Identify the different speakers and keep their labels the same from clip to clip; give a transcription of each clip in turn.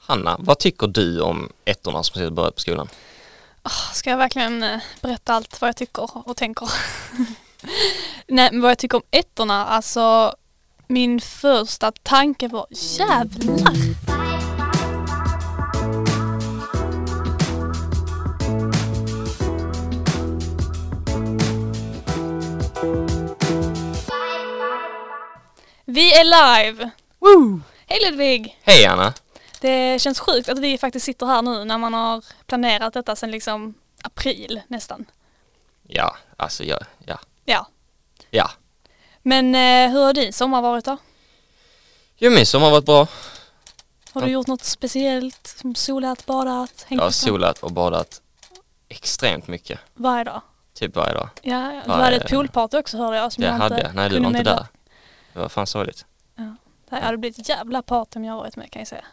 Speaker 1: Hanna, vad tycker du om ettorna som precis börjat på skolan?
Speaker 2: Ska jag verkligen eh, berätta allt vad jag tycker och tänker? Nej, men vad jag tycker om ettorna, alltså min första tanke var jävlar. Vi är live!
Speaker 3: Woo!
Speaker 2: Hej Ludvig!
Speaker 1: Hej Hanna!
Speaker 2: Det känns sjukt att vi faktiskt sitter här nu när man har planerat detta sedan liksom april nästan.
Speaker 1: Ja, alltså jag, ja,
Speaker 2: Ja.
Speaker 1: ja.
Speaker 2: Men eh, hur har din sommar varit då?
Speaker 1: Jo min sommar har varit bra.
Speaker 2: Har du gjort något speciellt? Som solat, badat, hängt
Speaker 1: Jag har
Speaker 2: ut
Speaker 1: solat och badat extremt mycket.
Speaker 2: varje dag?
Speaker 1: Typ varje dag.
Speaker 2: Ja, ja. du
Speaker 1: Varje-
Speaker 2: hade ett poolparty också hörde jag. Som
Speaker 1: Det
Speaker 2: jag
Speaker 1: hade jag.
Speaker 2: inte
Speaker 1: Nej du
Speaker 2: kunde
Speaker 1: var inte
Speaker 2: meddela-
Speaker 1: där. Det var fan sorgligt.
Speaker 2: Det här hade blivit ett jävla party om jag varit med kan jag säga.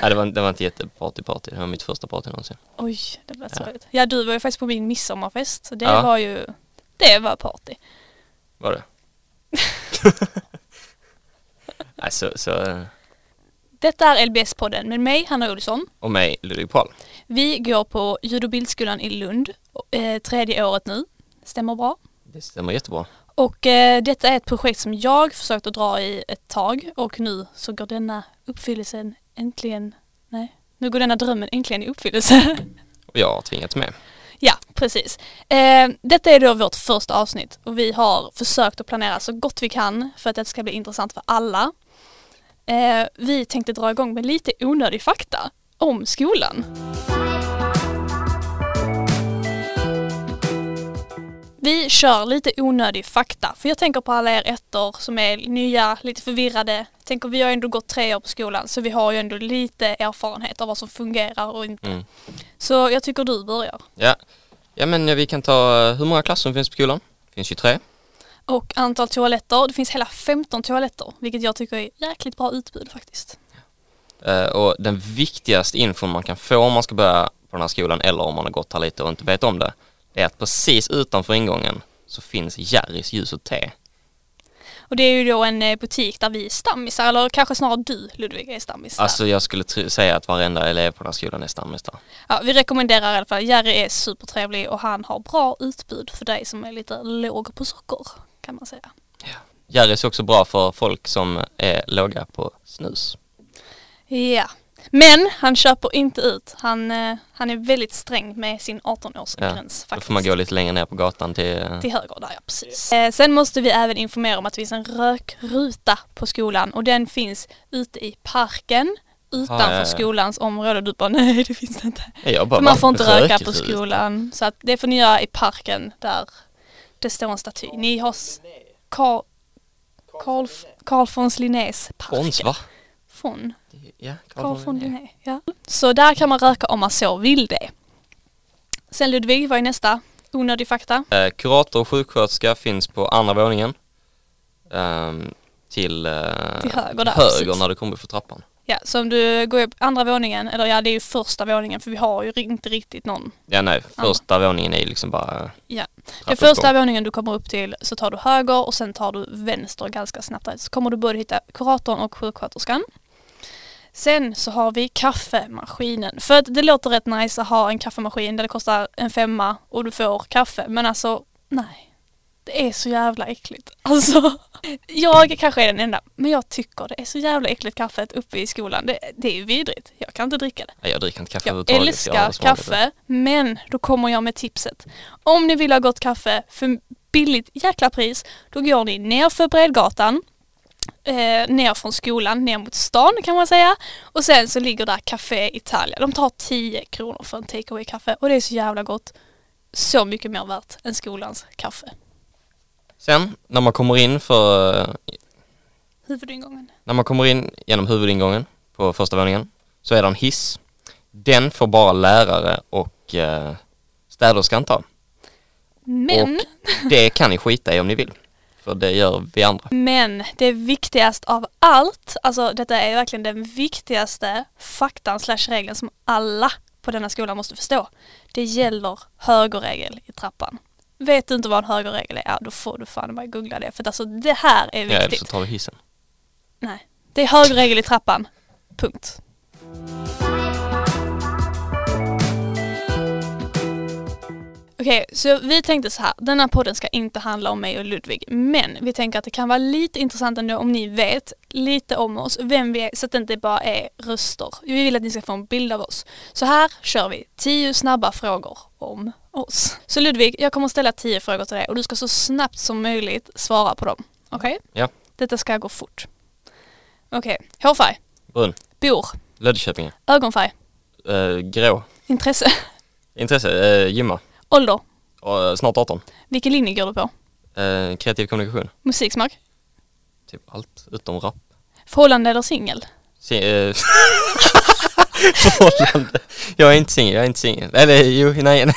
Speaker 1: Nej det var, det var inte jätteparty party. Det var mitt första party någonsin.
Speaker 2: Oj, det lät
Speaker 1: Ja.
Speaker 2: sorgligt. Ja, du var ju faktiskt på min midsommarfest. Så det
Speaker 1: Ja.
Speaker 2: var ju, det var party.
Speaker 1: Var det? Nej så, eh, så,
Speaker 2: Detta är LBS-podden med mig, Hanna Olsson.
Speaker 1: och mig Ludvig Paul.
Speaker 2: Vi går på ljud och bildskolan i Lund, eh, tredje året nu. Stämmer bra.
Speaker 1: Det stämmer jättebra.
Speaker 2: Och eh, detta är ett projekt som jag försökt att dra i ett tag och nu så går denna uppfyllelsen äntligen, nej, nu går denna drömmen äntligen i uppfyllelse.
Speaker 1: Och jag har tvingats med.
Speaker 2: ja, precis. Eh, detta är då vårt första avsnitt och vi har försökt att planera så gott vi kan för att det ska bli intressant för alla. Eh, vi tänkte dra igång med lite onödig fakta om skolan. Vi kör lite onödig fakta, för jag tänker på alla er ettor som är nya, lite förvirrade. Tänker vi har ändå gått tre år på skolan så vi har ju ändå lite erfarenhet av vad som fungerar och inte.
Speaker 1: Mm.
Speaker 2: Så jag tycker du börjar.
Speaker 1: Ja. ja men eh, vi kan ta, eh, hur många klasser finns på skolan? Finns 23.
Speaker 2: Och antal toaletter, det finns hela 15 toaletter, vilket jag tycker är jäkligt bra utbud faktiskt.
Speaker 1: Eh, och den viktigaste infon man kan få om man ska börja på den här skolan eller om man har gått här lite och inte vet om det, är att precis utanför ingången så finns Jerrys ljus och te.
Speaker 2: Och det är ju då en eh, butik där vi är stammisar, eller kanske snarare du Ludvig är stammis. där.
Speaker 1: Alltså jag skulle tr- säga att varenda elev på den här skolan är stammis där.
Speaker 2: Ja, vi rekommenderar i alla fall, Jerry är supertrevlig och han har bra utbud för dig som är lite låg på socker kan man säga.
Speaker 1: Jerrys är också bra för folk som är låga på snus.
Speaker 2: Ja. Men han köper inte ut, han, eh, han är väldigt sträng med sin 18-årsgräns
Speaker 1: Ja,
Speaker 2: faktiskt.
Speaker 1: Då får man gå lite längre ner på gatan till... eh,
Speaker 2: Till höger där, ja precis. Eh, sen måste vi även informera om att det finns en rökruta på skolan och den finns ute i parken utanför
Speaker 1: Ah, ja, ja.
Speaker 2: skolans område. Du bara nej det finns det inte.
Speaker 1: Jag bara,
Speaker 2: För man får
Speaker 1: bara,
Speaker 2: inte röka på
Speaker 1: rökruta.
Speaker 2: skolan. Så att det får ni göra i parken där det står en staty. Ni har s- Carl, Carl, Carl von Linnés
Speaker 1: Fons
Speaker 2: park.
Speaker 1: va?
Speaker 2: Von,
Speaker 1: Ja,
Speaker 2: Carl von Linné. Ja. Så där kan man röka om man så vill det. Sen Ludvig, vad är nästa? Onödig fakta.
Speaker 1: Eh, kurator och sjuksköterska finns på andra våningen. Ehm, till, eh,
Speaker 2: Till höger där,
Speaker 1: höger
Speaker 2: precis.
Speaker 1: när du kommer upp för trappan.
Speaker 2: Ja, så om du går upp andra våningen, eller ja det är ju första våningen för vi har ju inte riktigt någon.
Speaker 1: Ja nej, första våningen är ju liksom bara
Speaker 2: Ja. Den
Speaker 1: trappuppgång.
Speaker 2: första våningen du kommer upp till så tar du höger och sen tar du vänster ganska snabbt där. Så kommer du både hitta kuratorn och sjuksköterskan. Sen så har vi kaffemaskinen. För att det låter rätt nice att ha en kaffemaskin där det kostar en femma och du får kaffe. Men alltså, nej. Det är så jävla äckligt. Alltså, jag kanske är den enda, men jag tycker det är så jävla äckligt kaffet uppe i skolan. Det, det är ju vidrigt. Jag kan inte dricka det.
Speaker 1: Nej, eh, jag dricker inte kaffe
Speaker 2: Jag
Speaker 1: överhuvudtaget.
Speaker 2: älskar
Speaker 1: har aldrig smakat det.
Speaker 2: kaffe, men då kommer jag med tipset. Om ni vill ha gott kaffe för billigt jäkla pris, då går ni ner för Bredgatan, eh, ner från skolan, ner mot stan kan man säga. Och sen så ligger där Café Italia. De tar 10 kronor för en take away-kaffe och det är så jävla gott. Så mycket mer värt än skolans kaffe.
Speaker 1: Sen när man kommer in för, eh,
Speaker 2: Huvudingången.
Speaker 1: när man kommer in genom huvudingången på första våningen så är det en hiss. Den får bara lärare och eh, städerskan ta.
Speaker 2: Men,
Speaker 1: Det kan ni skita i om ni vill. För det gör vi andra.
Speaker 2: men det viktigaste av allt, alltså detta är verkligen den viktigaste faktan slash regeln som alla på denna skolan måste förstå. Det gäller högerregel i trappan. Vet du inte vad en högerregel är, ja, då får du fan bara googla det. För att alltså det här är
Speaker 1: Ja, eller
Speaker 2: viktigt.
Speaker 1: så tar vi hissen.
Speaker 2: Nej. Det är högerregel i trappan. Punkt. Okej, så vi tänkte så här. Den här podden ska inte handla om mig och Ludvig. Men vi tänker att det kan vara lite intressant ändå om ni vet lite om oss, vem vi är, så att det inte bara är röster. Vi vill att ni ska få en bild av oss. Så här kör vi tio snabba frågor om oss. Så Ludvig, jag kommer ställa tio frågor till dig och du ska så snabbt som möjligt svara på dem. Okej?
Speaker 1: Ja.
Speaker 2: Detta ska gå fort. Okej, hårfärg,
Speaker 1: Brun.
Speaker 2: bor,
Speaker 1: Löddeköpinge.
Speaker 2: ögonfärg,
Speaker 1: Eh, grå.
Speaker 2: intresse,
Speaker 1: Intresse. Eh, gymma.
Speaker 2: ålder,
Speaker 1: Eh, snart 18.
Speaker 2: vilken linje går du på,
Speaker 1: Eh, kreativ kommunikation.
Speaker 2: musiksmak,
Speaker 1: Typ allt utom rap.
Speaker 2: förhållande eller singel,
Speaker 1: Si- eh, Förhållande. Jag är inte singel, jag är inte singel. Eller jo, nej. nej.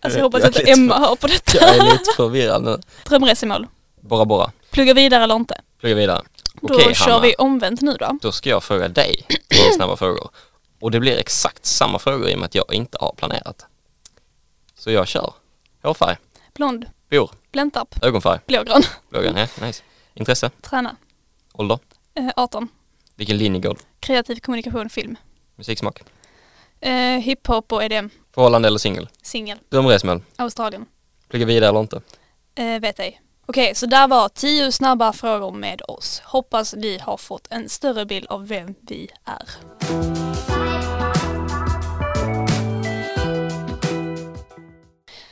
Speaker 2: Alltså
Speaker 1: vet,
Speaker 2: jag hoppas
Speaker 1: Eh, jag
Speaker 2: inte
Speaker 1: är lite
Speaker 2: Emma hör på detta.
Speaker 1: Jag är lite förvirrad nu.
Speaker 2: Drömresemål.
Speaker 1: Bora Bora.
Speaker 2: Plugga vidare eller inte.
Speaker 1: Plugga vidare.
Speaker 2: Då
Speaker 1: Okej Hanna,
Speaker 2: kör vi omvänt nu då.
Speaker 1: då ska jag fråga dig några snabba frågor. Och det blir exakt samma frågor i och med att jag inte har planerat. Så jag kör. Hårfärg,
Speaker 2: Blond,
Speaker 1: bor,
Speaker 2: bläntarp,
Speaker 1: ögonfärg,
Speaker 2: blågrön,
Speaker 1: blågrön, ja, nice. Intresse,
Speaker 2: träna,
Speaker 1: ålder,
Speaker 2: eh, 18,
Speaker 1: vilken linje går du?
Speaker 2: kreativ kommunikation, film,
Speaker 1: Musiksmak,
Speaker 2: eh, hiphop och EDM,
Speaker 1: förhållande eller singel?
Speaker 2: singel,
Speaker 1: Drömresmål,
Speaker 2: Australien,
Speaker 1: plugga vidare eller inte?
Speaker 2: eh, vet ej. Okej, så där var tio snabba frågor med oss. Hoppas ni har fått en större bild av vem vi är.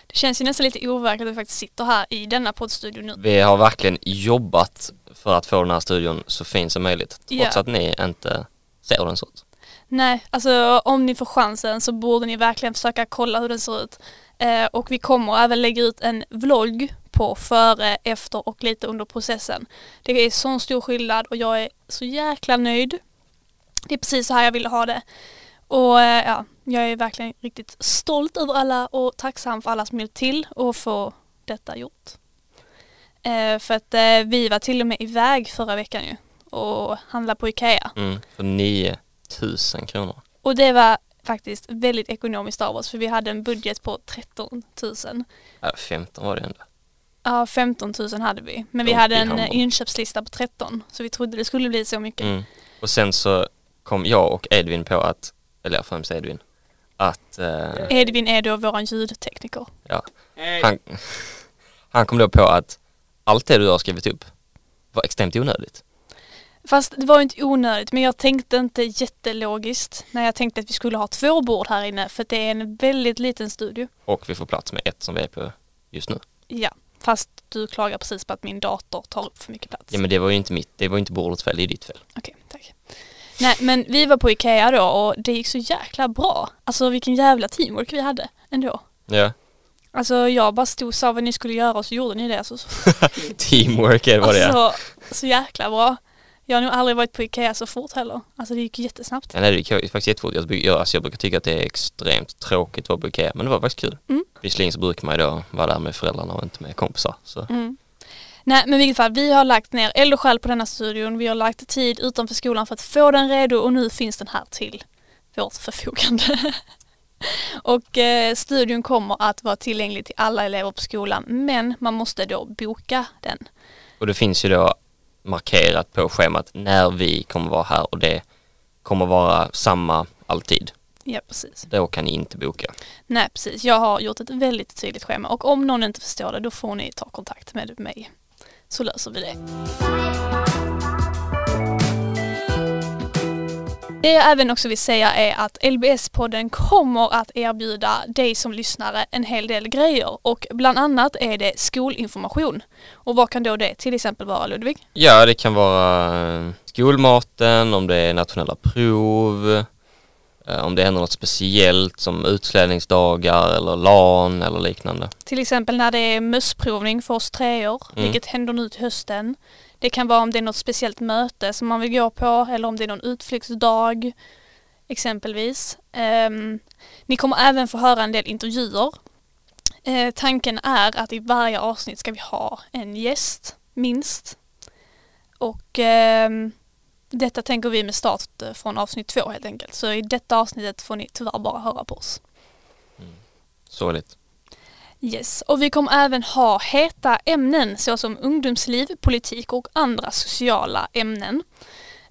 Speaker 2: Det känns ju nästan lite overkligt att vi faktiskt sitter här i denna poddstudio nu.
Speaker 1: Vi har verkligen jobbat för att få den här studion så fin som möjligt. Trots
Speaker 2: Ja.
Speaker 1: att ni inte ser den så.
Speaker 2: Nej, alltså om ni får chansen så borde ni verkligen försöka kolla hur den ser ut. Eh, och vi kommer även lägga ut en vlogg på före, efter och lite under processen. Det är sån stor skillnad och jag är så jäkla nöjd. Det är precis så här jag ville ha det. Och eh, ja, jag är verkligen riktigt stolt över alla och tacksam för alla som hjälpt till och få detta gjort. Eh, för att eh, vi var till och med iväg förra veckan ju och handlade på Ikea.
Speaker 1: Mm, för 9000 kronor.
Speaker 2: Och det var faktiskt väldigt ekonomiskt av oss för vi hade en budget på 13 000.
Speaker 1: Äh, 15 var det ändå.
Speaker 2: Ja, 15 000 hade vi. Men vi
Speaker 1: Långt
Speaker 2: hade
Speaker 1: i
Speaker 2: en eh,
Speaker 1: handen.
Speaker 2: inköpslista på 13 så vi trodde det skulle bli så mycket.
Speaker 1: Mm. Och sen så kom jag och Edvin på att, eller jag får främst Edvin, att eh,
Speaker 2: Edvin är då våran ljudtekniker.
Speaker 1: ja, han, han kom då på att allt det du har skrivit upp var extremt onödigt.
Speaker 2: Fast det var ju inte onödigt men jag tänkte inte jättelogiskt när jag tänkte att vi skulle ha två bord här inne för att det är en väldigt liten studio.
Speaker 1: Och vi får plats med ett som vi är på just nu.
Speaker 2: Ja, fast du klagar precis på att min dator tar upp för mycket plats.
Speaker 1: Ja men det var ju inte mitt, det var ju inte bordets fel, det är ditt fel.
Speaker 2: Okej, tack. Nej, men vi var på Ikea då och det gick så jäkla bra. Alltså vilken jävla teamwork vi hade ändå.
Speaker 1: Ja.
Speaker 2: Alltså jag bara stod och sa vad ni skulle göra och så gjorde ni det. Alltså, så,
Speaker 1: Teamwork är vad det är.
Speaker 2: alltså, så jäkla bra. Jag har nog aldrig varit på Ikea så fort heller. Alltså det gick jättesnabbt.
Speaker 1: Ja, nej, det gick ju faktiskt jättefort. Jag, bruk- jag, alltså, jag brukar tycka att det är extremt tråkigt att vara på Ikea, men det var faktiskt kul.
Speaker 2: Mm.
Speaker 1: Visserligen så brukar man ju då vara där med föräldrarna och inte med kompisar. Så.
Speaker 2: Mm. Nej men i vilket fall, vi har lagt ner eld och själ på denna studion. Vi har lagt tid utanför skolan för att få den redo och nu finns den här till vårt förfogande. och eh, studion kommer att vara tillgänglig till alla elever på skolan men man måste då boka den.
Speaker 1: Och det finns ju då markerat på schemat när vi kommer vara här och det kommer vara samma alltid.
Speaker 2: Ja precis.
Speaker 1: Då kan ni inte boka.
Speaker 2: Nej precis, jag har gjort ett väldigt tydligt schema och om någon inte förstår det då får ni ta kontakt med mig. Så löser vi det. Det jag även också vill säga är att LBS-podden kommer att erbjuda dig som lyssnare en hel del grejer och bland annat är det skolinformation. Och vad kan då det till exempel vara Ludvig?
Speaker 1: Ja, det kan vara eh, skolmaten, om det är nationella prov, eh, om det händer något speciellt som utslädningsdagar eller LAN eller liknande.
Speaker 2: Till exempel när det är mössprovning för oss treor,
Speaker 1: Mm.
Speaker 2: vilket händer nu till hösten. Det kan vara om det är något speciellt möte som man vill gå på eller om det är någon utflyktsdag exempelvis. Ehm, ni kommer även få höra en del intervjuer. Eh, tanken är att i varje avsnitt ska vi ha en gäst, minst. Och ehm, detta tänker vi med start eh, från avsnitt två helt enkelt. Så i detta avsnittet får ni tyvärr bara höra på oss.
Speaker 1: Sorgligt.
Speaker 2: Yes, och vi kommer även ha heta ämnen såsom ungdomsliv, politik och andra sociala ämnen.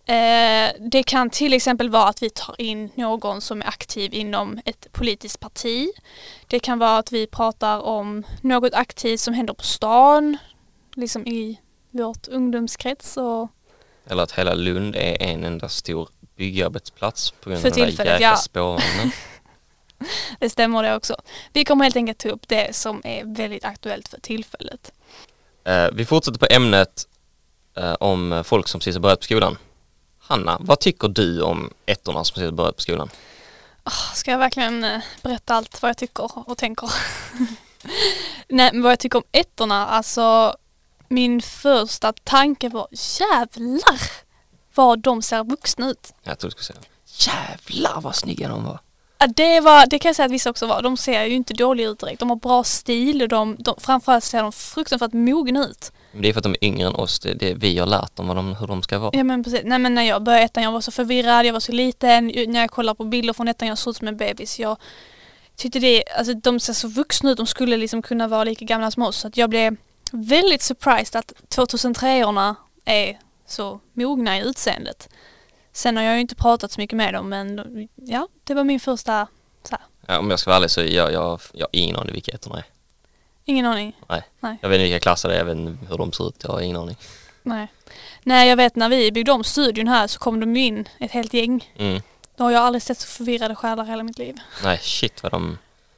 Speaker 2: Eh, det kan till exempel vara att vi tar in någon som är aktiv inom ett politiskt parti. Det kan vara att vi pratar om något aktivt som händer på stan, liksom i vårt ungdomskrets och
Speaker 1: Eller att hela Lund är en enda stor byggarbetsplats på grund
Speaker 2: För
Speaker 1: av den där
Speaker 2: tillfället,
Speaker 1: jäkla
Speaker 2: ja.
Speaker 1: spårvagnen.
Speaker 2: det stämmer det också. Vi kommer helt enkelt ta upp det som är väldigt aktuellt för tillfället.
Speaker 1: Eh, vi fortsätter på ämnet eh, om eh, folk som precis har börjat på skolan. Hanna, vad tycker du om ettorna som precis har börjat på skolan?
Speaker 2: Ska jag verkligen eh, berätta allt vad jag tycker och tänker? Nej, men vad jag tycker om ettorna, alltså min första tanke var jävlar vad de ser vuxna ut.
Speaker 1: Jag tror du skulle säga Jävlar vad snygga de var!
Speaker 2: Ja, Det, var, det kan jag säga att vissa också var. De ser ju inte dåliga ut direkt. De har bra stil och de, de, framförallt ser de fruktansvärt mogna ut.
Speaker 1: Men det är för att de är yngre än oss, det, det, vi har lärt dem vad de, hur de ska vara.
Speaker 2: Ja men precis. Nej men när jag började ettan jag var så förvirrad, jag var så liten. Ju- När jag kollar på bilder från ettan jag såg ut som en bebis. Jag tyckte det, alltså de ser så vuxna ut. De skulle liksom kunna vara lika gamla som oss. Så att jag blev väldigt surprised att 2003-orna är så mogna i utseendet. Sen har jag ju inte pratat så mycket med dem men de- ja, det var min första så här,
Speaker 1: Ja, om jag ska vara ärlig så jag, jag, jag har ingen aning vilka ettorna är.
Speaker 2: ingen aning.
Speaker 1: Nej.
Speaker 2: Nej.
Speaker 1: Jag vet inte vilka klasser det är, jag vet inte hur de ser ut, jag har ingen aning.
Speaker 2: Nej. Nej, jag vet när vi byggde om studion här så kom de ju in ett helt gäng.
Speaker 1: Mm.
Speaker 2: Då har jag aldrig sett så förvirrade själar i hela mitt liv.
Speaker 1: Nej shit vad de,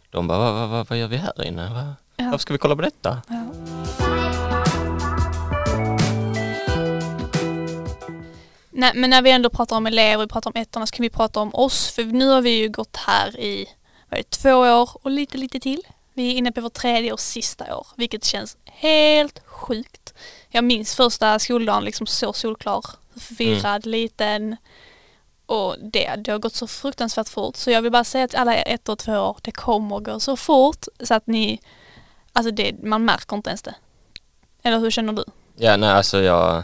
Speaker 1: de bara vad, vad, vad, vad gör vi här inne? Va?
Speaker 2: Ja.
Speaker 1: Varför ska vi kolla på detta?
Speaker 2: Ja. Nej, men när vi ändå pratar om elever, vi pratar om ettorna, så kan vi prata om oss. För nu har vi ju gått här i vad är det, två år och lite, lite till. Vi är inne på vårt tredje och sista år, vilket känns helt sjukt. Jag minns första skoldagen liksom så solklar, förvirrad, liten. Och det, det har gått så fruktansvärt fort. Så jag vill bara säga till alla er ett och två år, det kommer gå så fort så att ni Alltså det, man märker inte ens det. Eller hur känner du?
Speaker 1: Ja nej alltså jag,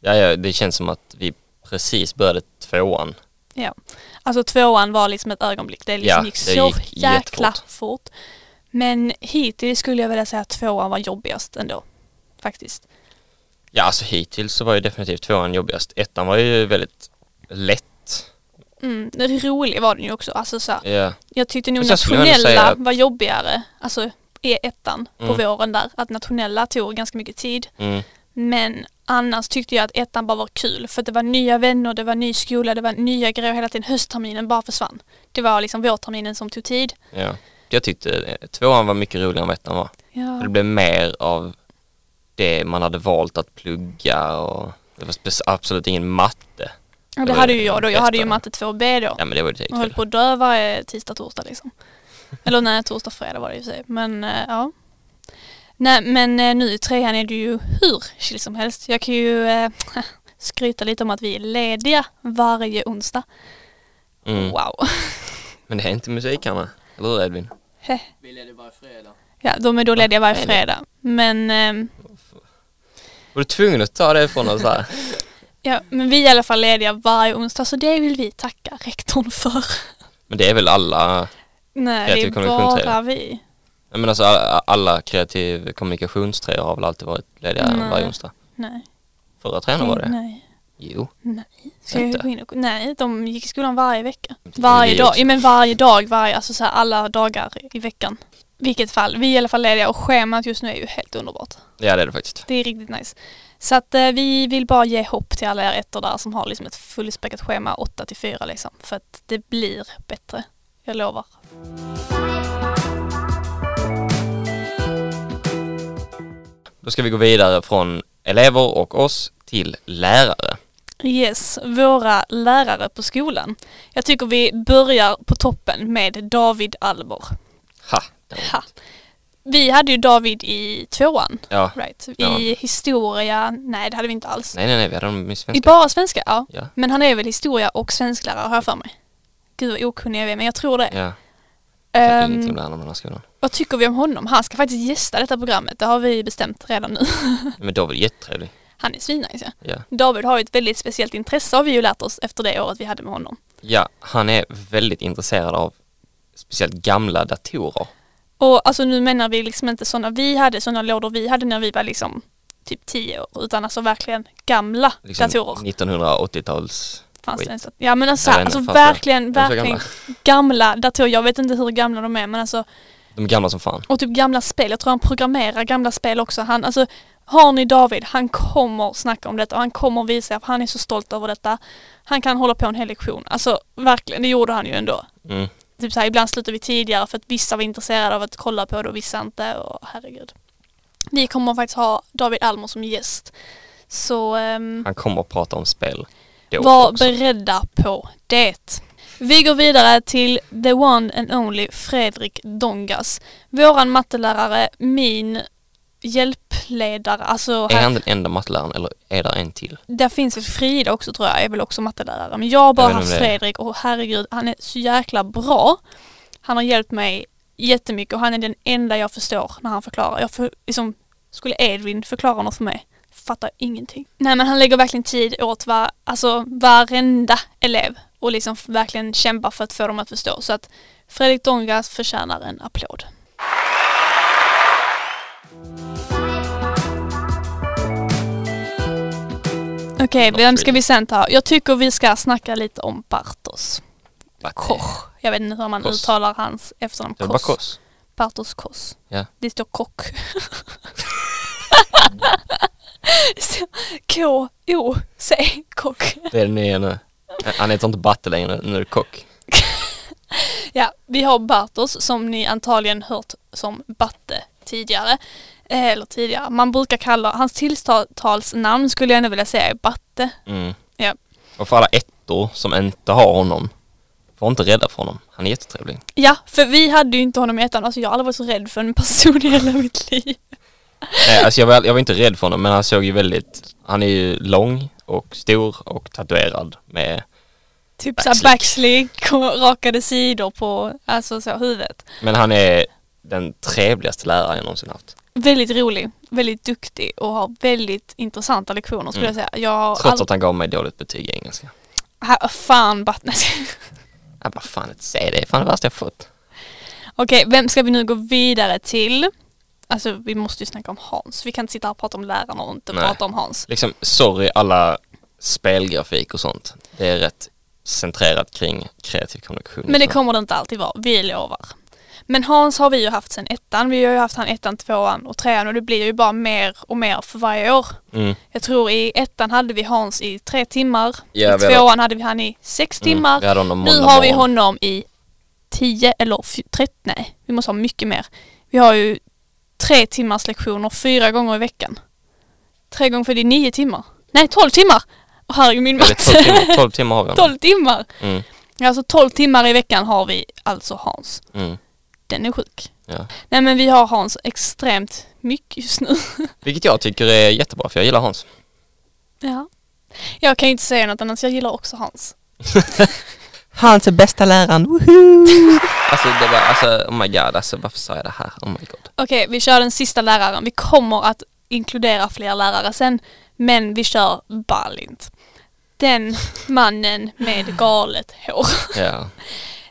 Speaker 1: ja, ja, det känns som att vi precis började tvåan.
Speaker 2: Ja. Alltså tvåan var liksom ett ögonblick. Det liksom
Speaker 1: Ja,
Speaker 2: gick
Speaker 1: det
Speaker 2: så
Speaker 1: gick
Speaker 2: jäkla
Speaker 1: jättefort.
Speaker 2: fort. Men hittills skulle jag vilja säga att tvåan var jobbigast ändå. Faktiskt.
Speaker 1: Ja alltså hittills så var ju definitivt tvåan jobbigast. Ettan var ju väldigt lätt.
Speaker 2: Mm. Rolig var den ju också. Alltså så här,
Speaker 1: Ja,
Speaker 2: jag tyckte nog
Speaker 1: Fast jag skulle ändå
Speaker 2: nationella
Speaker 1: säga att-
Speaker 2: var jobbigare. Alltså i ettan på
Speaker 1: Mm.
Speaker 2: våren där. Att nationella tog ganska mycket tid.
Speaker 1: mm.
Speaker 2: Men annars tyckte jag att ettan bara var kul för att det var nya vänner, det var ny skola, det var nya grejer hela tiden. Höstterminen bara försvann. Det var liksom vårterminen som tog tid.
Speaker 1: ja. Jag tyckte eh, tvåan var mycket roligare än vad ettan var.
Speaker 2: Ja,
Speaker 1: Det blev mer av det man hade valt att plugga och det var spec- absolut ingen matte.
Speaker 2: och
Speaker 1: det
Speaker 2: det
Speaker 1: var
Speaker 2: hade
Speaker 1: det
Speaker 2: ju jag då. Jag hade ju
Speaker 1: bästa.
Speaker 2: matte 2B då.
Speaker 1: Ja men det var ju direkt
Speaker 2: Och höll
Speaker 1: fel.
Speaker 2: på att dö varje tisdag, torsdag liksom. Eller nej, torsdag, fredag var det i och för sig. Men eh, ja. Nej, men eh, nu i trean är det ju hur chill som helst. Jag kan ju eh, skryta lite om att vi är lediga varje onsdag.
Speaker 1: Mm.
Speaker 2: Wow.
Speaker 1: Men det är inte musikarna, eller hur Edvin?
Speaker 3: Vi leder bara fredag.
Speaker 2: Ja, de är då lediga varje
Speaker 1: Nej, nej.
Speaker 2: fredag. Men ehm,
Speaker 1: Var du tvungen att ta det ifrån oss här?
Speaker 2: Ja, men vi är i alla fall lediga varje onsdag så det vill vi tacka rektorn för.
Speaker 1: Men det är väl alla,
Speaker 2: Nej,
Speaker 1: Kreativ
Speaker 2: det är
Speaker 1: kommunikation säger
Speaker 2: bara vi.
Speaker 1: jag menar alltså alla, alla kreativ kommunikationstreor har väl alltid varit lediga
Speaker 2: Nej.
Speaker 1: varje onsdag?
Speaker 2: Nej.
Speaker 1: Förra tränaren var det?
Speaker 2: Nej.
Speaker 1: Jo.
Speaker 2: Ska jag
Speaker 1: Inte?
Speaker 2: gå in och, nej, de gick i skolan varje vecka.
Speaker 1: Det är
Speaker 2: Varje
Speaker 1: vi
Speaker 2: dag.
Speaker 1: också.
Speaker 2: Ja, men varje dag, varje, alltså så här alla dagar i veckan. Vilket fall, vi är i alla fall lediga och schemat just nu är ju helt underbart.
Speaker 1: Ja det är det faktiskt.
Speaker 2: Det är riktigt nice. Så att eh, vi vill bara ge hopp till alla er ettor där som har liksom ett fullspäckat schema 8 till 4 liksom. För att det blir bättre. Jag lovar.
Speaker 1: Då ska vi gå vidare från elever och oss till lärare.
Speaker 2: Yes, våra lärare på skolan. Jag tycker vi börjar på toppen med David Alber.
Speaker 1: Ha!
Speaker 2: Ha. Vi hade ju David i tvåan,
Speaker 1: Ja.
Speaker 2: right? I
Speaker 1: Ja.
Speaker 2: historia, nej det hade vi inte alls.
Speaker 1: Nej nej nej, vi hade dem i
Speaker 2: I
Speaker 1: svenska.
Speaker 2: bara svenska, ja.
Speaker 1: Ja.
Speaker 2: Men han är väl historia och svensklärare har jag för mig. Gud vad okunnig jag är, men jag tror det.
Speaker 1: Ja, jag kan ingenting
Speaker 2: Ehm,
Speaker 1: om lärarna om den här skolan.
Speaker 2: vad tycker vi om honom? Han ska faktiskt gästa detta programmet, det har vi bestämt redan nu.
Speaker 1: Men David är jättetrevlig.
Speaker 2: Han är svinnice ja.
Speaker 1: Ja.
Speaker 2: David har ju ett väldigt speciellt intresse har vi ju lärt oss efter det året vi hade med honom.
Speaker 1: ja, han är väldigt intresserad av speciellt gamla datorer.
Speaker 2: Och alltså nu menar vi liksom inte sådana vi hade, sådana lådor vi hade när vi var liksom typ 10 år utan alltså verkligen gamla
Speaker 1: Liksom
Speaker 2: datorer.
Speaker 1: 1980-tals...
Speaker 2: Fanns
Speaker 1: skit.
Speaker 2: det ens, ja men alltså,
Speaker 1: Jag
Speaker 2: så
Speaker 1: vet inte,
Speaker 2: här, alltså
Speaker 1: fanns det?
Speaker 2: verkligen,
Speaker 1: De är så
Speaker 2: verkligen gamla datorer. Jag vet inte hur gamla de är men alltså
Speaker 1: De är gamla som fan.
Speaker 2: och typ gamla spel. Jag tror han programmerar gamla spel också. Han, alltså, har ni David, han kommer snacka om detta och han kommer visa er för han är så stolt över detta. Han kan hålla på en hel lektion. Alltså verkligen, det gjorde han ju ändå.
Speaker 1: Mm.
Speaker 2: Typ så här, ibland slutar vi tidigare för att vissa var intresserade av att kolla på det och vissa inte och herregud. Vi kommer faktiskt ha David Almer som gäst. Så ehm,
Speaker 1: Han kommer att prata om spel. Då
Speaker 2: var
Speaker 1: också.
Speaker 2: beredda på det. Vi går vidare till the one and only Fredrik Dongas. Våran mattelärare, min hjälpledare, alltså
Speaker 1: Är
Speaker 2: här,
Speaker 1: han den enda matteläraren eller är där en till?
Speaker 2: där finns väl Frida också tror jag, är väl också mattelärare. Men jag har bara
Speaker 1: Jag vet inte
Speaker 2: haft
Speaker 1: om det är.
Speaker 2: Fredrik och herregud, han är så jäkla bra. Han har hjälpt mig jättemycket och han är den enda jag förstår när han förklarar. Jag för, liksom, skulle Edvin förklara något för mig, fattar ingenting. Nej men han lägger verkligen tid åt var, alltså, varenda elev och liksom verkligen kämpar för att få dem att förstå. Så att Fredrik Dongas förtjänar en applåd. Okej, vem ska vi sen ta? Jag tycker vi ska snacka lite om Bartos. Koch. Jag vet inte hur man
Speaker 1: Koch.
Speaker 2: uttalar hans efternamn.
Speaker 1: Det är bara
Speaker 2: Koch.
Speaker 1: Koss.
Speaker 2: Bartos Koss.
Speaker 1: Ja.
Speaker 2: Det står kock. Det står K-O-C, kock.
Speaker 1: Det är det nya nu. Han heter inte Batte längre, nu är det Kock.
Speaker 2: Ja, vi har Bartos som ni antagligen hört som Batte tidigare. Eh, Eller tidigare, man brukar kalla, hans tilltalsnamn skulle jag nu vilja säga är Batte.
Speaker 1: Mm.
Speaker 2: Ja.
Speaker 1: Och för alla ettor som inte har honom, var inte rädda för honom. Han är jättetrevlig.
Speaker 2: Ja, för vi hade ju inte honom i ettan, alltså jag har aldrig varit så rädd för en person i hela mitt liv.
Speaker 1: Nej, alltså jag var, jag var inte rädd för honom, men han såg ju väldigt... Han är ju lång och stor och tatuerad med...
Speaker 2: Typ såhär backslick och rakade sidor på, alltså så, huvudet.
Speaker 1: Men han är den trevligaste läraren jag någonsin haft.
Speaker 2: Väldigt rolig, väldigt duktig och har väldigt intressanta lektioner skulle
Speaker 1: Mm.
Speaker 2: jag säga. Jag har
Speaker 1: Trots
Speaker 2: all...
Speaker 1: att han gav mig dåligt betyg i engelska.
Speaker 2: ha, fan Batman.
Speaker 1: Jag bara, fan inte säg det, fan det värsta jag fått.
Speaker 2: Okej, vem ska vi nu gå vidare till? Alltså vi måste ju snacka om Hans. Vi kan inte sitta här och prata om lärarna och inte
Speaker 1: Nej.
Speaker 2: prata om Hans.
Speaker 1: Liksom, sorry alla spelgrafik och sånt. Det är rätt centrerat kring kreativ kommunikation.
Speaker 2: Men det kommer det inte alltid vara, vi lovar. Men Hans har vi ju haft sedan ettan. Vi har ju haft han ettan, tvåan och trean och det blir ju bara mer och mer för varje år.
Speaker 1: Mm.
Speaker 2: Jag tror i ettan hade vi Hans i tre timmar.
Speaker 1: Ja,
Speaker 2: I
Speaker 1: vi hade-
Speaker 2: tvåan hade vi han i sex
Speaker 1: Mm,
Speaker 2: timmar.
Speaker 1: vi hade honom
Speaker 2: nu
Speaker 1: måndag
Speaker 2: har vi
Speaker 1: morgon.
Speaker 2: honom i tio eller fj- trettio, nej vi måste ha mycket mer. Vi har ju tre timmars lektioner fyra gånger i veckan. Tre gånger för det är nio timmar. Nej, tolv timmar! Och här är ju min
Speaker 1: Eller 12
Speaker 2: matte.
Speaker 1: timmar, 12 timmar har vi honom.
Speaker 2: Tolv timmar!
Speaker 1: Mm.
Speaker 2: Alltså tolv timmar i veckan har vi alltså Hans.
Speaker 1: Mm.
Speaker 2: Den är sjuk.
Speaker 1: Ja.
Speaker 2: Nej men vi har Hans extremt mycket just nu.
Speaker 1: Vilket jag tycker är jättebra för jag gillar Hans.
Speaker 2: ja. Jag kan ju inte säga något annat, jag gillar också Hans.
Speaker 1: Hans är bästa läraren, woho! alltså det var, alltså oh my god, alltså varför sa jag det här? Oh my god.
Speaker 2: Okej, vi kör den sista läraren. Vi kommer att inkludera fler lärare sen, men vi kör Balint. Den mannen med galet hår.
Speaker 1: Ja. Åh,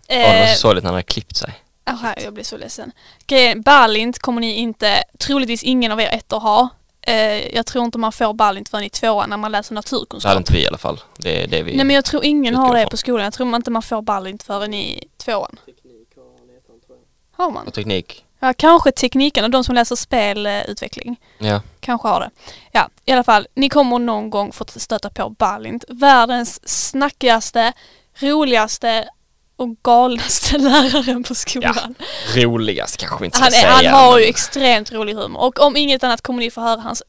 Speaker 1: det var
Speaker 2: Eh,
Speaker 1: så sorgligt när han hade klippt sig.
Speaker 2: ah, här, jag blir så ledsen. Okej, Balint kommer ni inte, troligtvis ingen av er ett att ha. Eh, jag tror inte man får Balint förrän i tvåan när man läser
Speaker 1: Det hade
Speaker 2: naturkunskap.
Speaker 1: inte vi i alla fall. Det är det vi...
Speaker 2: Nej men jag tror ingen
Speaker 1: Utgår
Speaker 2: har det
Speaker 1: ifrån.
Speaker 2: på skolan. Jag tror man inte man får Balint förrän i tvåan.
Speaker 3: Teknik har han hetat tror jag.
Speaker 2: Har man?
Speaker 1: Och teknik.
Speaker 2: Ja, kanske tekniken och de som läser spelutveckling.
Speaker 1: Ja.
Speaker 2: Kanske har det. Ja, i alla fall. Ni kommer någon gång få stöta på Balint. Världens snackigaste, roligaste och galnaste läraren på skolan.
Speaker 1: Roligast kanske vi inte ska
Speaker 2: han, är,
Speaker 1: säga.
Speaker 2: han har ju
Speaker 1: men-
Speaker 2: extremt rolig humor. Och om inget annat kommer ni få höra hans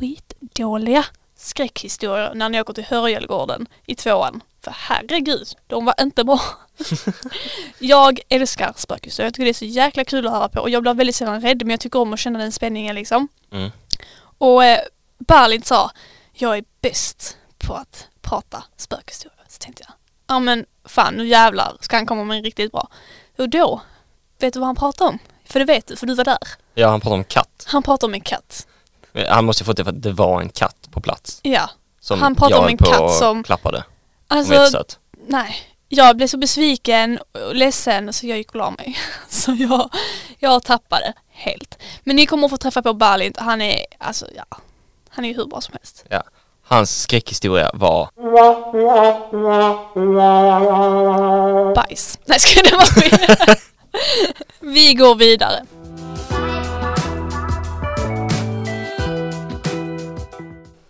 Speaker 2: skitdåliga skräckhistorier när ni åker till Hörjelgården i tvåan. För herregud, de var inte bra. jag älskar spökhistorier. Jag tycker det är så jäkla kul att höra på och jag blir väldigt sällan rädd men jag tycker om att känna den spänningen liksom.
Speaker 1: Mm.
Speaker 2: Och eh, Berlin sa, jag är bäst på att prata spökhistorier. Så tänkte jag, ja men fan nu jävlar ska han komma med en riktigt bra. Och då, vet du vad han pratade om? För det vet du, för du var där.
Speaker 1: Ja, han pratar om katt.
Speaker 2: Han pratade om en katt.
Speaker 1: Han måste ju fått det för att det var en katt på plats.
Speaker 2: Ja,
Speaker 1: Som
Speaker 2: Han pratar
Speaker 1: jag
Speaker 2: om
Speaker 1: höll
Speaker 2: en
Speaker 1: på
Speaker 2: katt
Speaker 1: och
Speaker 2: som-
Speaker 1: klappade. Hon är
Speaker 2: alltså
Speaker 1: jättesöt.
Speaker 2: nej. Jag blev så besviken och ledsen så jag gick och la mig. Så jag, jag tappade helt. Men ni kommer att få träffa på Berlin. Han är, alltså ja, Han är ju hur bra som helst.
Speaker 1: Ja. Hans skräckhistoria var
Speaker 2: Bajs. Nej, ska det vara Vi går vidare.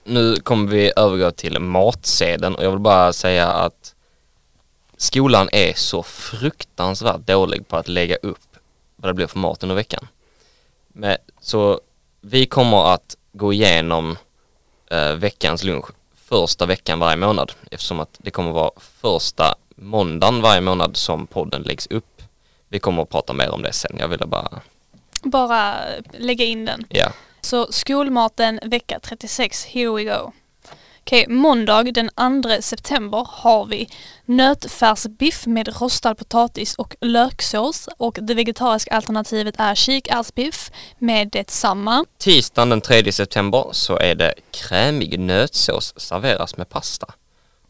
Speaker 1: Nu kommer vi övergå till matsedeln och jag vill bara säga att skolan är så fruktansvärt dålig på att lägga upp vad det blir för mat under veckan. Men, så vi kommer att gå igenom eh, veckans lunch första veckan varje månad eftersom att det kommer vara första måndagen varje månad som podden läggs upp. Vi kommer att prata mer om det sen, jag ville bara,
Speaker 2: Bara lägga in den.
Speaker 1: ja.
Speaker 2: Så skolmaten vecka 36, here we go. Okej, måndag den 2 september har vi nötfärsbiff med rostad potatis och löksås och det vegetariska alternativet är kikärtsbiff med detsamma.
Speaker 1: Tisdagen den 3 september så är det krämig nötsås serveras med pasta.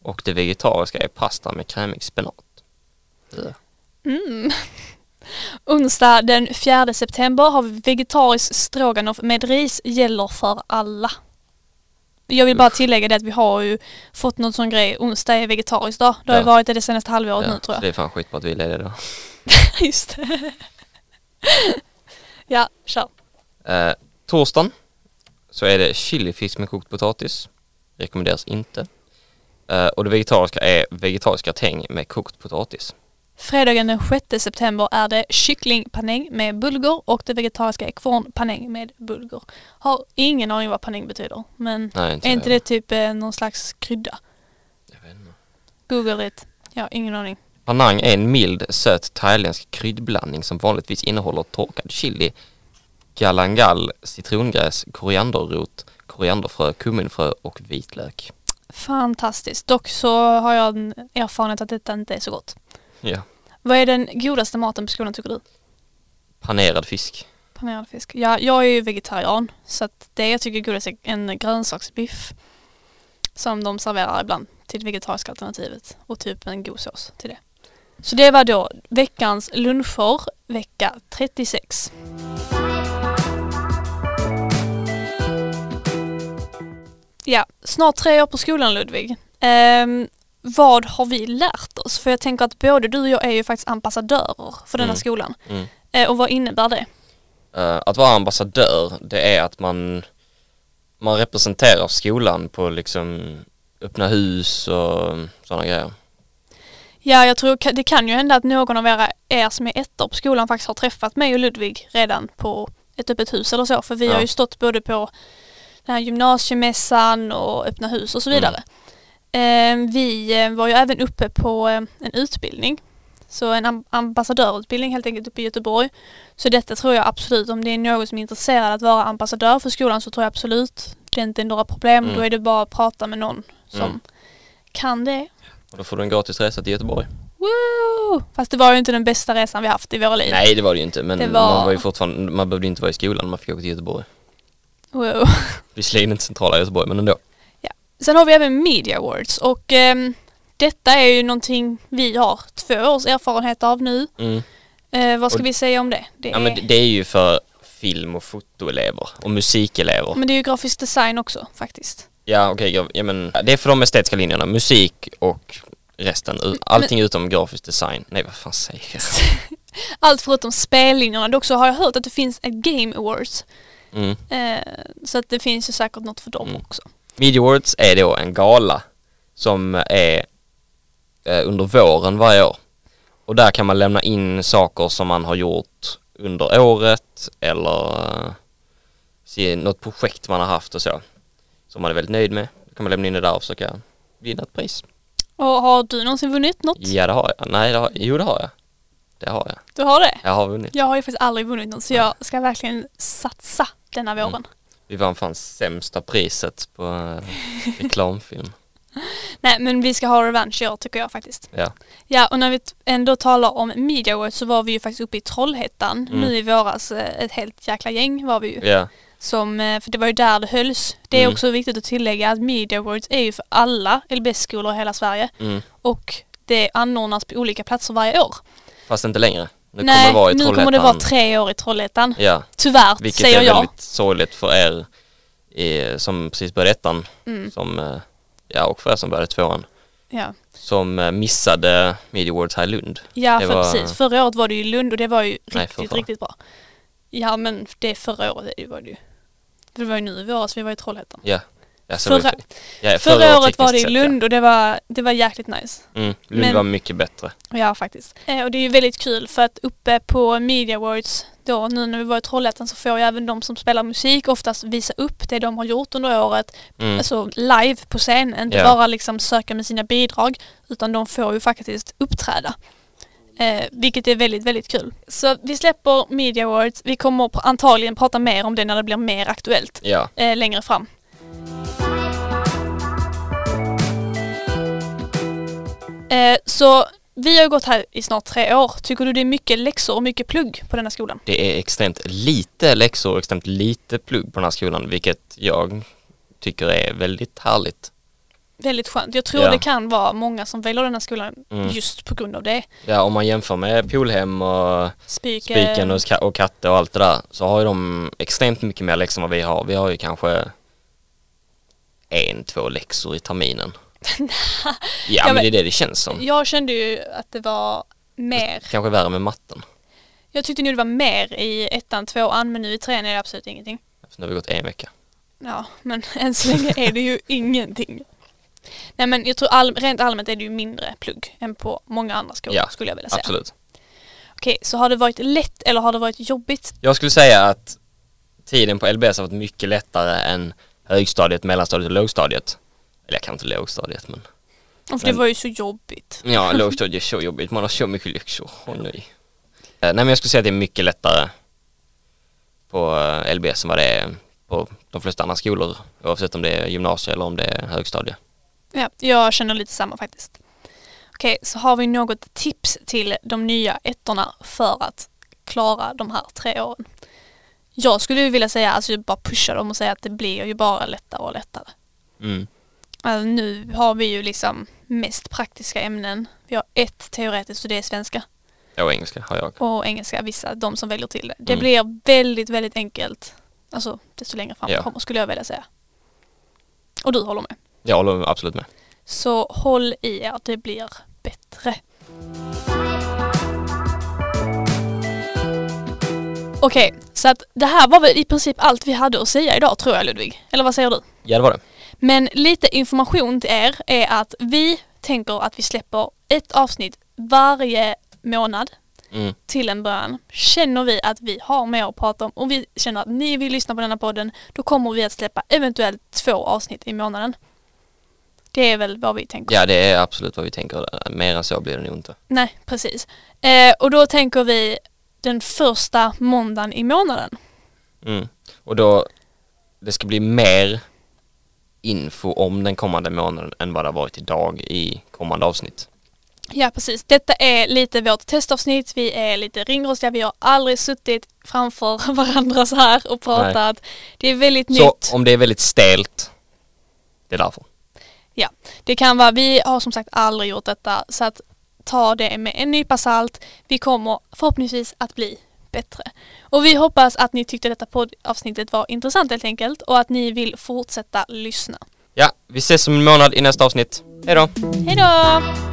Speaker 1: Och det vegetariska är pasta med krämig spenat.
Speaker 2: Mm. Onsdag den 4 september har vi vegetarisk stroganoff med ris gäller för alla. Jag vill bara tillägga det att vi har ju fått någon sån grej, onsdag är vegetarisk dag. Det har ju
Speaker 1: Ja.
Speaker 2: varit det det senaste halvåret nu tror jag.
Speaker 1: så det är fan skitbra att vi är lediga då.
Speaker 2: Just det. ja, kör.
Speaker 1: Eh, torsdagen så är det chilifisk med kokt potatis. Rekommenderas inte. Eh, och det vegetariska är vegetarisk gratäng med kokt potatis.
Speaker 2: Fredagen den 6 september är det kycklingpanäng med bulgur och det vegetariska är kvarnpanäng med bulgur. Har ingen aning vad panäng betyder, men
Speaker 1: Nej, inte,
Speaker 2: är inte
Speaker 1: jag.
Speaker 2: det typ eh, någon slags krydda?
Speaker 1: Jag vet inte.
Speaker 2: Google it. Ja, ingen aning.
Speaker 1: Panang är en mild, söt thailändsk kryddblandning som vanligtvis innehåller torkad chili, galangal, citrongräs, korianderrot, korianderfrö, kumminfrö och vitlök.
Speaker 2: Fantastiskt. Dock så har jag en erfarenhet att detta inte är så gott.
Speaker 1: Ja.
Speaker 2: Vad är den godaste maten på skolan tycker du?
Speaker 1: Panerad fisk.
Speaker 2: Panerad fisk. Ja, jag är ju vegetarian så att det jag tycker är godast är en grönsaksbiff som de serverar ibland till det vegetariska alternativet och typ en god sås till det. Så det var då veckans luncher vecka 36. Ja, snart tre år på skolan Ludvig. Ehm, vad har vi lärt oss? För jag tänker att både du och jag är ju faktiskt ambassadörer för denna
Speaker 1: Mm.
Speaker 2: skolan.
Speaker 1: Mm.
Speaker 2: Eh, och vad innebär det?
Speaker 1: Eh, att vara ambassadör, det är att man, man representerar skolan på liksom öppna hus och sådana grejer.
Speaker 2: Ja, jag tror ka- det kan ju hända att någon av era, er som är ettor på skolan faktiskt har träffat mig och Ludvig redan på ett öppet hus eller så. För vi
Speaker 1: Ja.
Speaker 2: har ju stått både på den här gymnasiemässan och öppna hus och så
Speaker 1: Mm.
Speaker 2: vidare. Eh, vi eh, var ju även uppe på eh, en utbildning. Så en am- ambassadörutbildning helt enkelt uppe i Göteborg. Så detta tror jag absolut, om det är någon som är intresserad att vara ambassadör för skolan så tror jag absolut det är inte några problem.
Speaker 1: Mm.
Speaker 2: Då är det bara att prata med någon som
Speaker 1: Mm.
Speaker 2: kan det.
Speaker 1: Och då får du en gratis resa till Göteborg.
Speaker 2: Woo! Fast det var ju inte den bästa resan vi haft i våra liv.
Speaker 1: Nej det var det ju inte men
Speaker 2: Det var-
Speaker 1: man var ju fortfarande, man behövde inte vara i skolan, man fick åka till Göteborg.
Speaker 2: Wow.
Speaker 1: Visserligen inte centrala Göteborg men ändå.
Speaker 2: Sen har vi även Media Awards och ehm, detta är ju någonting vi har två års erfarenhet av nu.
Speaker 1: Mm.
Speaker 2: Eh, vad ska
Speaker 1: Och-
Speaker 2: vi säga om det? Det är,
Speaker 1: Ja men det- det är ju för film och fotoelever och musikelever.
Speaker 2: men det är ju grafisk design också faktiskt.
Speaker 1: Ja okej, ja, ja, men det är för de estetiska linjerna, musik och resten. U- Allting utom grafisk design. Nej vad fan säger jag?
Speaker 2: Allt förutom spellinjerna. Dock så har jag hört att det finns ett Game Awards.
Speaker 1: Mm.
Speaker 2: Eh, så att det finns ju säkert något för dem
Speaker 1: Mm.
Speaker 2: också.
Speaker 1: Media Awards är då en gala som är eh, under våren varje år. Och där kan man lämna in saker som man har gjort under året eller eh, se något projekt man har haft och så. Som man är väldigt nöjd med. Då kan man lämna in det där och försöka vinna ett pris.
Speaker 2: Och har du någonsin vunnit något?
Speaker 1: Ja det har jag. Nej det har jag. Jo det har jag. Det har jag.
Speaker 2: Du har det?
Speaker 1: Jag har vunnit.
Speaker 2: Jag har ju faktiskt aldrig vunnit något så jag ska verkligen satsa denna
Speaker 1: Mm.
Speaker 2: våren.
Speaker 1: Vi vann fan sämsta priset på eh, reklamfilm.
Speaker 2: Nej men vi ska ha revansch i år tycker jag faktiskt.
Speaker 1: Ja.
Speaker 2: Ja och när vi t- ändå talar om media awards så var vi ju faktiskt uppe i Trollhättan
Speaker 1: Mm.
Speaker 2: nu i våras. eh, Ett helt jäkla gäng var vi ju.
Speaker 1: Ja.
Speaker 2: Som, eh, för det var ju där det hölls. Det är
Speaker 1: Mm.
Speaker 2: också viktigt att tillägga att media awards är ju för alla LBS-skolor i hela Sverige.
Speaker 1: Mm.
Speaker 2: Och det anordnas på olika platser varje år.
Speaker 1: Fast inte längre. Nu
Speaker 2: Nej,
Speaker 1: kommer det vara i
Speaker 2: nu
Speaker 1: Trollhättan.
Speaker 2: kommer det vara tre år i Trollhättan.
Speaker 1: Ja.
Speaker 2: Tyvärr,
Speaker 1: Vilket
Speaker 2: säger
Speaker 1: är
Speaker 2: jag.
Speaker 1: väldigt sorgligt för er i, som precis började ettan,
Speaker 2: Mm.
Speaker 1: som, eh, ja och förresten började tvåan,
Speaker 2: Ja,
Speaker 1: som eh, missade Media Awards här i Lund.
Speaker 2: ja
Speaker 1: Det
Speaker 2: för
Speaker 1: var-
Speaker 2: precis. Förra året var det ju Lund och det var ju
Speaker 1: Nej, för
Speaker 2: riktigt,
Speaker 1: fan.
Speaker 2: riktigt bra. Ja, men det förra året det var det ju. För det var ju nu i våras, vi var i Trollhättan.
Speaker 1: Ja, så
Speaker 2: Förra-
Speaker 1: var det- ja,
Speaker 2: Förra, året var det i
Speaker 1: tekniskt sett,
Speaker 2: Lund och det var, det var jäkligt nice.
Speaker 1: Ja. Mm, Lund
Speaker 2: men-
Speaker 1: var mycket bättre.
Speaker 2: Ja, faktiskt. Eh, och det är ju väldigt kul för att uppe på Media Awards då, nu när vi var i Trollhättan så får ju även de som spelar musik oftast visa upp det de har gjort under året,
Speaker 1: Mm.
Speaker 2: alltså live på scen, inte
Speaker 1: Ja.
Speaker 2: bara liksom söka med sina bidrag, utan de får ju faktiskt uppträda. Eh, vilket är väldigt, väldigt kul. Så vi släpper Media Awards, vi kommer pr- antagligen prata mer om det när det blir mer aktuellt
Speaker 1: Ja,
Speaker 2: eh, längre fram. Eh, så vi har ju gått här i snart tre år. Tycker du det är mycket läxor och mycket plugg på denna skolan?
Speaker 1: det är extremt lite läxor och extremt lite plugg på den här skolan, vilket jag tycker är väldigt härligt.
Speaker 2: Väldigt skönt. Jag tror
Speaker 1: Ja.
Speaker 2: det kan vara många som väljer denna skolan
Speaker 1: Mm.
Speaker 2: just på grund av det.
Speaker 1: Ja, om man jämför med Polhem och
Speaker 2: Spiken.
Speaker 1: Spiken och, ska- och Katte och allt det där så har ju de extremt mycket mer läxor än vad vi har. Vi har ju kanske en, två läxor i terminen. ja, men det är det det känns som.
Speaker 2: Jag kände ju att det var mer.
Speaker 1: Kanske värre med matten.
Speaker 2: Jag tyckte nog det var mer i ettan, tvåan men nu i trean är det absolut ingenting.
Speaker 1: Eftersom det har gått en vecka.
Speaker 2: Ja, men än så länge är det ju ingenting. Nej men jag tror all, rent allmänt är det ju mindre plugg än på många andra skolor
Speaker 1: Alltså, Ja,
Speaker 2: skulle jag vilja säga.
Speaker 1: Absolut.
Speaker 2: Okej, så har det varit lätt eller har det varit jobbigt?
Speaker 1: Jag skulle säga att tiden på LBS har varit mycket lättare än högstadiet, mellanstadiet och lågstadiet. Eller jag kan inte lågstadiet men.
Speaker 2: För det
Speaker 1: Men-
Speaker 2: var ju så jobbigt.
Speaker 1: Ja, lågstadiet är så jobbigt. Man har så mycket läxor. Åh nej. Eh, Nej men jag skulle säga att det är mycket lättare på eh, LBS än vad det är på de flesta andra skolor. Oavsett om det är gymnasie eller om det är högstadie.
Speaker 2: Ja, jag känner lite samma faktiskt. Okej, så har vi något tips till de nya ettorna för att klara de här tre åren? Jag skulle ju vilja säga, alltså bara pusha dem och säga att det blir ju bara lättare och lättare.
Speaker 1: Mm.
Speaker 2: Alltså, nu har vi ju liksom mest praktiska ämnen. Vi har ett teoretiskt och det är svenska
Speaker 1: Och engelska har jag.
Speaker 2: och engelska, vissa, de som väljer till det. Det
Speaker 1: Mm.
Speaker 2: blir väldigt, väldigt enkelt. Alltså desto längre fram
Speaker 1: Ja.
Speaker 2: kommer skulle jag vilja säga. Och du håller med.
Speaker 1: Jag håller absolut med.
Speaker 2: Så håll i er, det blir bättre. Okej, så att det här var väl i princip allt vi hade att säga idag tror jag Ludvig. Eller vad säger du?
Speaker 1: Ja det var det.
Speaker 2: Men lite information till er är att vi tänker att vi släpper ett avsnitt varje månad
Speaker 1: Mm.
Speaker 2: till en början. Känner vi att vi har mer att prata om och vi känner att ni vill lyssna på denna podden, då kommer vi att släppa eventuellt två avsnitt i månaden. Det är väl vad vi tänker.
Speaker 1: Ja det är absolut vad vi tänker. Mer än så blir det nog inte.
Speaker 2: Nej, precis. Eh, och då tänker vi den första måndagen i månaden.
Speaker 1: Mm. Och då, det ska bli mer info om den kommande månaden än vad det har varit idag i kommande avsnitt.
Speaker 2: Ja precis, detta är lite vårt testavsnitt, vi är lite ringrostiga, vi har aldrig suttit framför varandra så här och pratat. Det är väldigt nytt.
Speaker 1: Så om det är väldigt stelt, det är därför.
Speaker 2: Ja, det kan vara, vi har som sagt aldrig gjort detta så att ta det med en nypa salt. Vi kommer förhoppningsvis att bli bättre. Och vi hoppas att ni tyckte detta poddavsnittet var intressant helt enkelt och att ni vill fortsätta lyssna.
Speaker 1: Ja, vi ses om en månad i nästa avsnitt. Hej då!
Speaker 2: Hej då!